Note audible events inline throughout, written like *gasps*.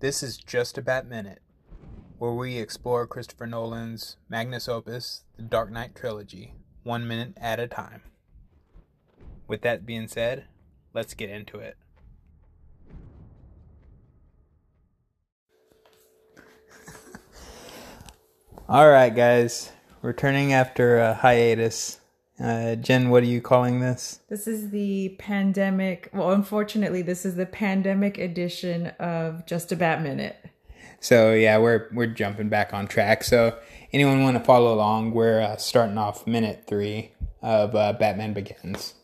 This is Just a Bat Minute, where we explore Christopher Nolan's magnus opus, the Dark Knight trilogy, one minute at a time. With that being said, let's get into it. *laughs* All right, guys, returning after a hiatus. Uh, Jen, what are you calling this? This is the pandemic. Well, unfortunately, this is the pandemic edition of Just a Bat Minute. So yeah, we're we're jumping back on track. So anyone want to follow along? We're uh, starting off minute three of uh, Batman Begins.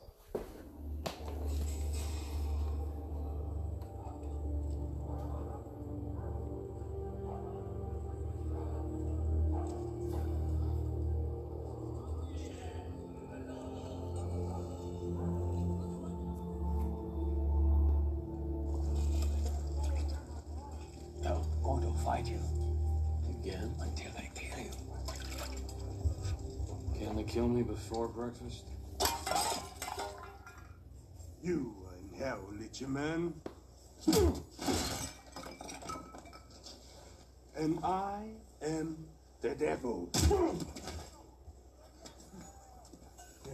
No, going to fight you. Again? Until I kill you. Can they kill me before breakfast? You in hell, little man. And I am the devil. You're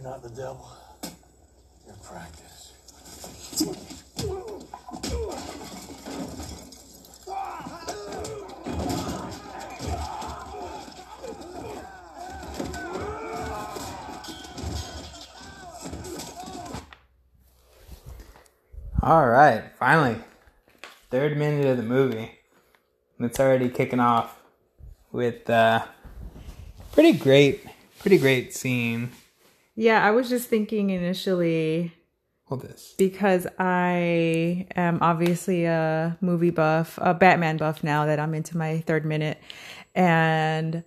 not the devil. You're practice. All right, finally, third minute of the movie. And It's already kicking off with uh, pretty great, pretty great scene. Yeah, I was just thinking initially Hold this. because I am obviously a movie buff, a Batman buff now that I'm into my third minute. And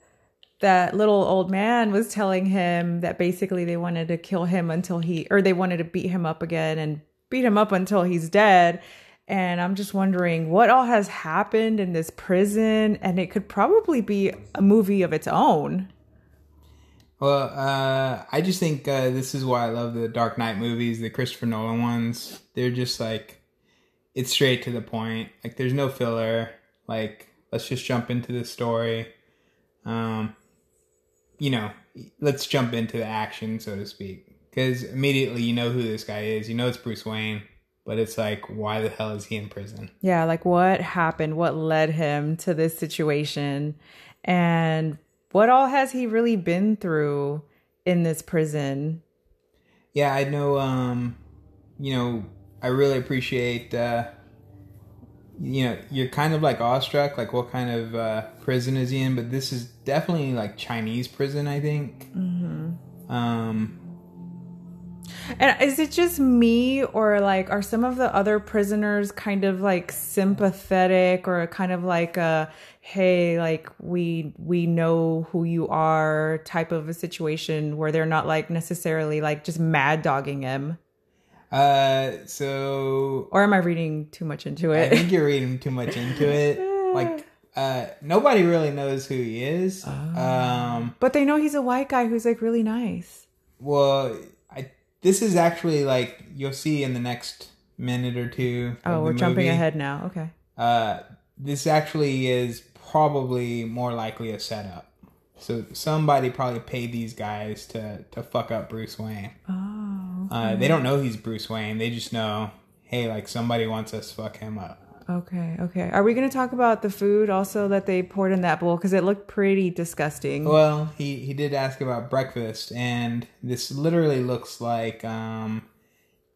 that little old man was telling him that basically they wanted to kill him until he, or they wanted to beat him up again and beat him up until he's dead. And I'm just wondering what all has happened in this prison. And it could probably be a movie of its own. Well, uh, I just think uh, this is why I love the Dark Knight movies, the Christopher Nolan ones. They're just like, it's straight to the point. Like, there's no filler. Like, let's just jump into the story. Um, you know, let's jump into the action, so to speak. Because immediately you know who this guy is. You know it's Bruce Wayne, but it's like, why the hell is he in prison? Yeah, like what happened? What led him to this situation? And what all has he really been through in this prison? yeah i know um you know i really appreciate uh you know you're kind of like awestruck like what kind of uh prison is he in but this is definitely like chinese prison i think mm-hmm. um And is it just me or like are some of the other prisoners kind of like sympathetic or kind of like a hey, like we we know who you are type of a situation where they're not like necessarily like just mad dogging him? uh so Or am I reading too much into i it? think you're reading too much into it like uh nobody really knows who he is um *laughs* but they know he's a white guy who's like really nice. well i this is actually like you'll see in the next minute or two of Oh, the we're jumping movie. ahead now. Okay. Uh, this actually is probably more likely a setup. So somebody probably paid these guys to to fuck up Bruce Wayne. Oh, Uh, they don't know he's Bruce Wayne. They just know, hey, like somebody wants us to fuck him up. okay, okay. Are we going to talk about the food also that they poured in that bowl? Because it looked pretty disgusting. Well, he he did ask about breakfast, and this literally looks like um,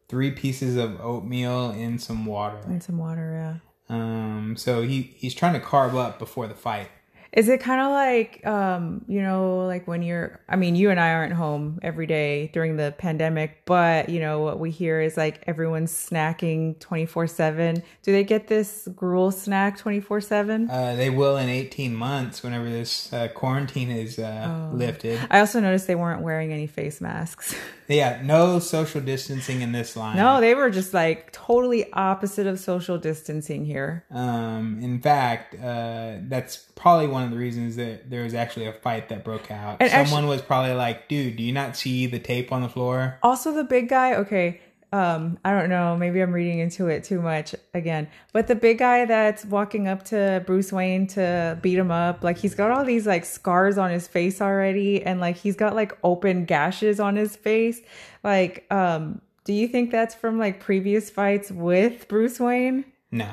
three pieces of oatmeal in some water. and some water, Um, so he he's trying to carve up before the fight. yeah. Is it kind of like, um, you know, like when you're, I mean, you and I aren't home every day during the pandemic, but, you know, what we hear is like everyone's snacking 24 7. Do they get this gruel snack 24 7? Uh, they will in 18 months whenever this uh, quarantine is uh, Oh. lifted. I also noticed they weren't wearing any face masks. *laughs* Yeah, no social distancing in this line. No, they were just like totally opposite of social distancing here. Um, in fact, uh, that's probably one of the reasons that there was actually a fight that broke out. And Someone was probably like, dude, do you not see the tape on the floor? Also, the big guy, okay, um i don't know maybe i'm reading into it too much again but the big guy that's walking up to bruce wayne to beat him up like he's got all these like scars on his face already and like he's got like open gashes on his face like um do you think that's from like previous fights with bruce wayne Oh, No,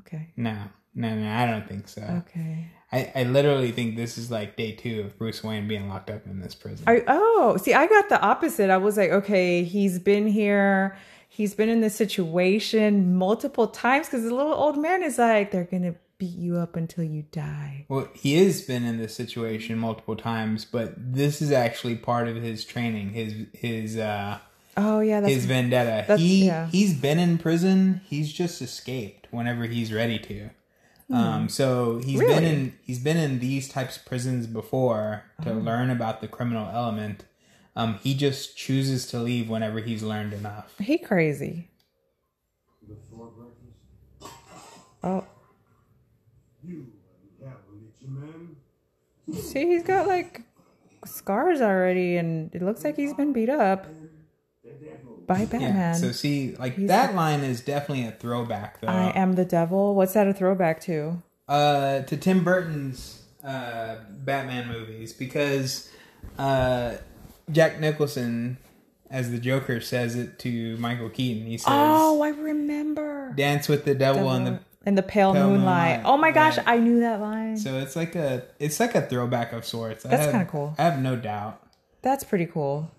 okay no, no, no. I don't think so. okay I, I literally think this is like day two of Bruce Wayne being locked up in this prison. I oh, see, I got the opposite. I was like, okay, he's been here. He's been in this situation multiple times because the little old man is like, they're gonna beat you up until you die. well, he has been in this situation multiple times, but this is actually part of his training, his his uh Oh yeah, that's his vendetta. that's- he yeah. he's been in prison. He's just escaped whenever he's ready to. Um, so he's been Hmm. Really? in he's been in these types of prisons before to Uh-huh. learn about the criminal element. Um, he just chooses to leave whenever he's learned enough. he crazy. Oh, You unhell, man. see, he's got like scars already, and it looks like he's been beat up by Yeah. Batman. So uh, see, like that line is definitely a throwback though. I am the devil. What's that a throwback to? uh, to Tim Burton's uh, Batman movies because uh, Jack Nicholson, as the Joker, says it to Michael Keaton. He says, Oh, I remember. "Dance with the devil on the." in the pale, Pale moonlight. moonlight, Oh my gosh, right. I knew that line. So it's like a it's like a throwback of sorts. I That's have- kinda cool. I have no doubt. That's pretty cool.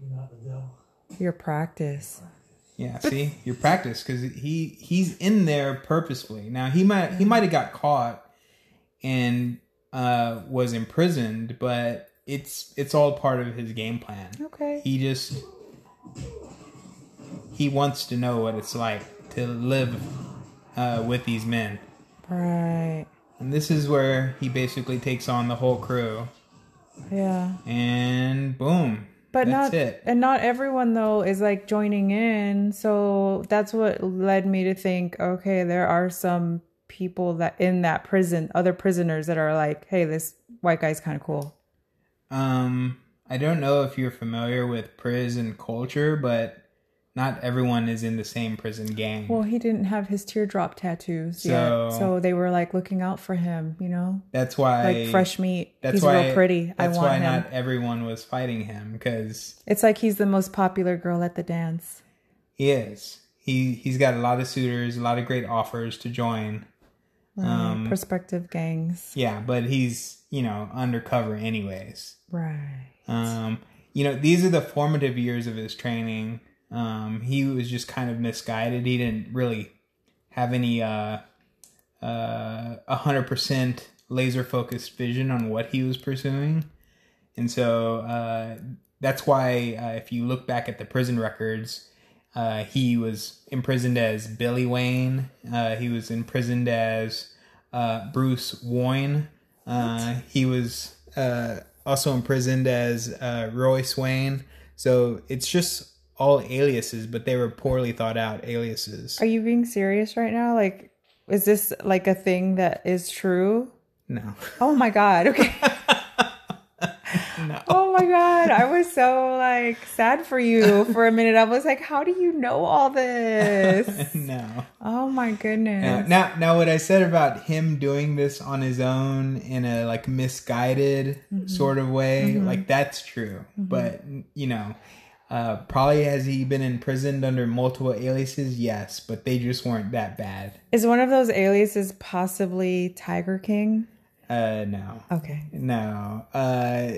You're not the devil. Your practice. Yeah, see, your practice because he he's in there purposefully. Now he might he might have got caught and uh, was imprisoned, but it's it's all part of his game plan. Okay. He just he wants to know what it's like to live uh, with these men, Right. and this is where he basically takes on the whole crew, Yeah. and boom, But that's not it. and not everyone though is like joining in. So that's what led me to think, okay, there are some people that in that prison, other prisoners that are like, hey, this white guy's kind of cool. Um, I don't know if you're familiar with prison culture, but not everyone is in the same prison gang. Well, he didn't have his teardrop tattoos So- yet, so they were like looking out for him, you know, that's why like fresh meat. That's He's why real pretty. I That's want why him. not everyone was fighting him because It's like he's the most popular girl at the dance. he is. He he's got a lot of suitors, a lot of great offers to join. Um, prospective gangs. Yeah, but he's you know undercover anyways. Right. Um, you know, these are the formative years of his training. Um, he was just kind of misguided. He didn't really have any uh a hundred percent laser focused vision on what he was pursuing, and so uh, that's why uh, if you look back at the prison records. Uh, he was imprisoned as Billy Wayne. Uh, he was imprisoned as uh, Bruce Wayne. Uh, he was uh, also imprisoned as uh, Royce Wayne. So it's just all aliases, but they were poorly thought out aliases. Are you being serious right now? Like, is this like a thing that is true? No. Oh my *laughs* God. Okay. Oh my God. I was so like sad for you for a minute. I was like, how do you know all *laughs* this? no. Oh my Now, goodness. now, now, what I said about him doing this on his own in a like misguided sort of way, like that's true. But you know, uh, probably has he been imprisoned under multiple aliases? Yes, but they just weren't that bad. Is one of those aliases possibly Tiger King? Uh, no, Okay. no. Uh,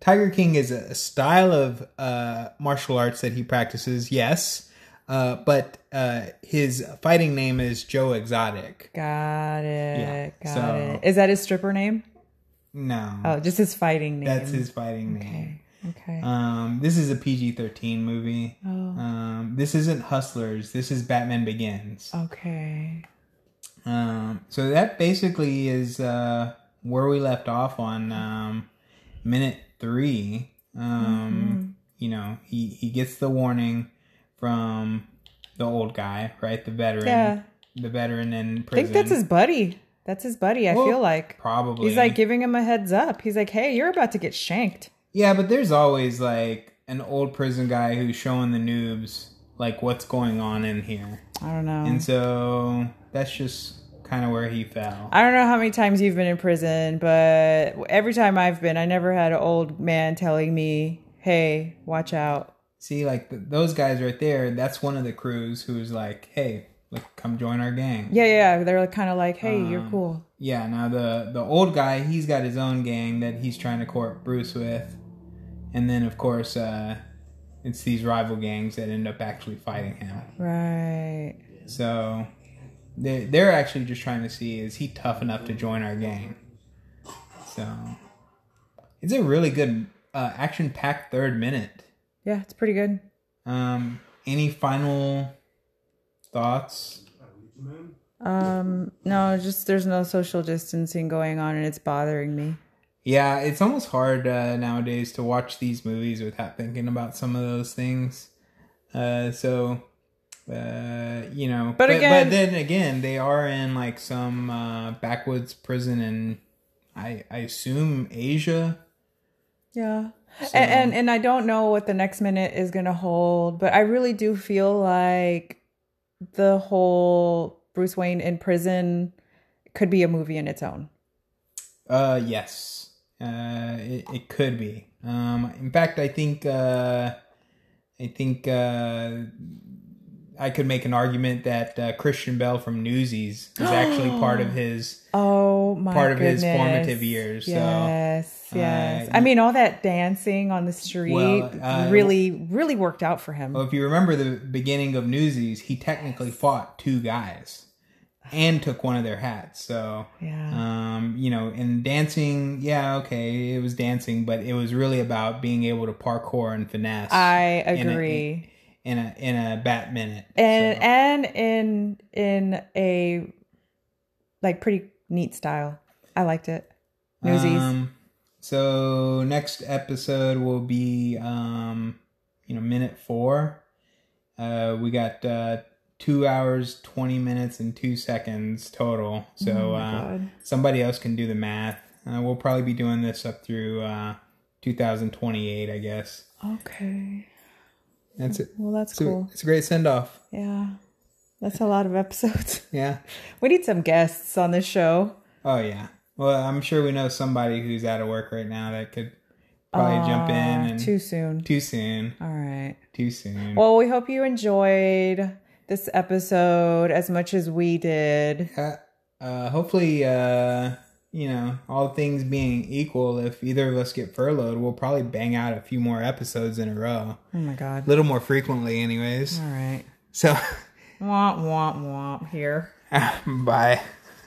Tiger King is a style of uh, martial arts that he practices. Yes. Uh, but uh, his fighting name is Joe Exotic. Got it. Yeah, Got so- it. Is that his stripper name? No, Oh, just his fighting name. that's his fighting name. Okay. Okay. Um, this is a PG thirteen movie. Oh. Um, this isn't Hustlers. This is Batman Begins. Oh. okay. Um, so that basically is uh, where we left off on um, minute three. Mm-hmm. Um, You know, he he gets the warning from the old guy, right? The veteran. Yeah. The veteran in I prison. think that's his buddy. That's his buddy. I Well, feel like Probably. he's like giving him a heads up. He's like, "Hey, you're about to get shanked." Yeah, but there's always like uh, an old prison guy who's showing the noobs like what's going on in here. I don't know. And so that's just kind of where he fell. I don't know how many times you've been in prison, but every time I've been, I never had an old man telling me, "Hey, watch out." See, like th- those guys right there, that's one of the crews who's like, "Hey, like come join our gang." Yeah, yeah, they're kind of like, "Hey, Um, you're cool." Yeah, now the the old guy, he's got his own gang that he's trying to court Bruce with. And then of course, uh it's these rival gangs that end up actually fighting him. Right. So they they're actually just trying to see is he tough enough to join our gang. So it's a really good uh, action-packed third minute. Yeah, it's pretty good. Um any final thoughts? Man, Um, no, just there's no social distancing going on, and it's bothering me. Yeah, it's almost hard uh, nowadays to watch these movies without thinking about some of those things. Uh, so, uh, you know, But again- but then again, they are in like some uh, backwoods prison in, I I assume Asia. Yeah. And, and and I don't know what the next minute is going to hold, but I really do feel like the whole Bruce Wayne in prison could be a movie in its own. Uh, yes, uh, it, it could be. Um, in fact, I think uh, I think uh, I could make an argument that uh, Christian Bell from Newsies is actually part *gasps* of his. Oh my Part of his goodness. formative years, so, Yes, yes. uh, I mean, all that dancing on the street Well, uh, Oh, really, really worked out for him. Well, if you remember the beginning of Newsies, he technically fought two guys and took one of their hats. So, yeah. um, you know, in dancing, yeah, okay, it was dancing, but it was really about being able to parkour and finesse. I in a- agree. in a in a bat minute. and So- and in in a like pretty neat style. I liked it. Newsies. Um, so next episode will be um, you know minute four. Uh, we got uh, two hours twenty minutes and two seconds total. So uh, Oh God. somebody else can do the math. Uh, we'll probably be doing this up through uh, 2028, I guess. Okay. That's it. Well, that's It's a, cool. it's a great send off. Yeah. That's a lot of episodes. *laughs* Yeah. We need some guests on this show. Oh yeah. Well, I'm sure we know somebody who's out of work right now that could probably jump in Uh, and too soon. too soon. All right. Too soon. Well, we hope you enjoyed this episode as much as we did. uh, uh, hopefully, uh, you know, all things being equal, if either of us get furloughed, we'll probably bang out a few more episodes in a row, Oh my a god. little more frequently, anyways. All right. So, Womp womp womp here. *laughs* bye.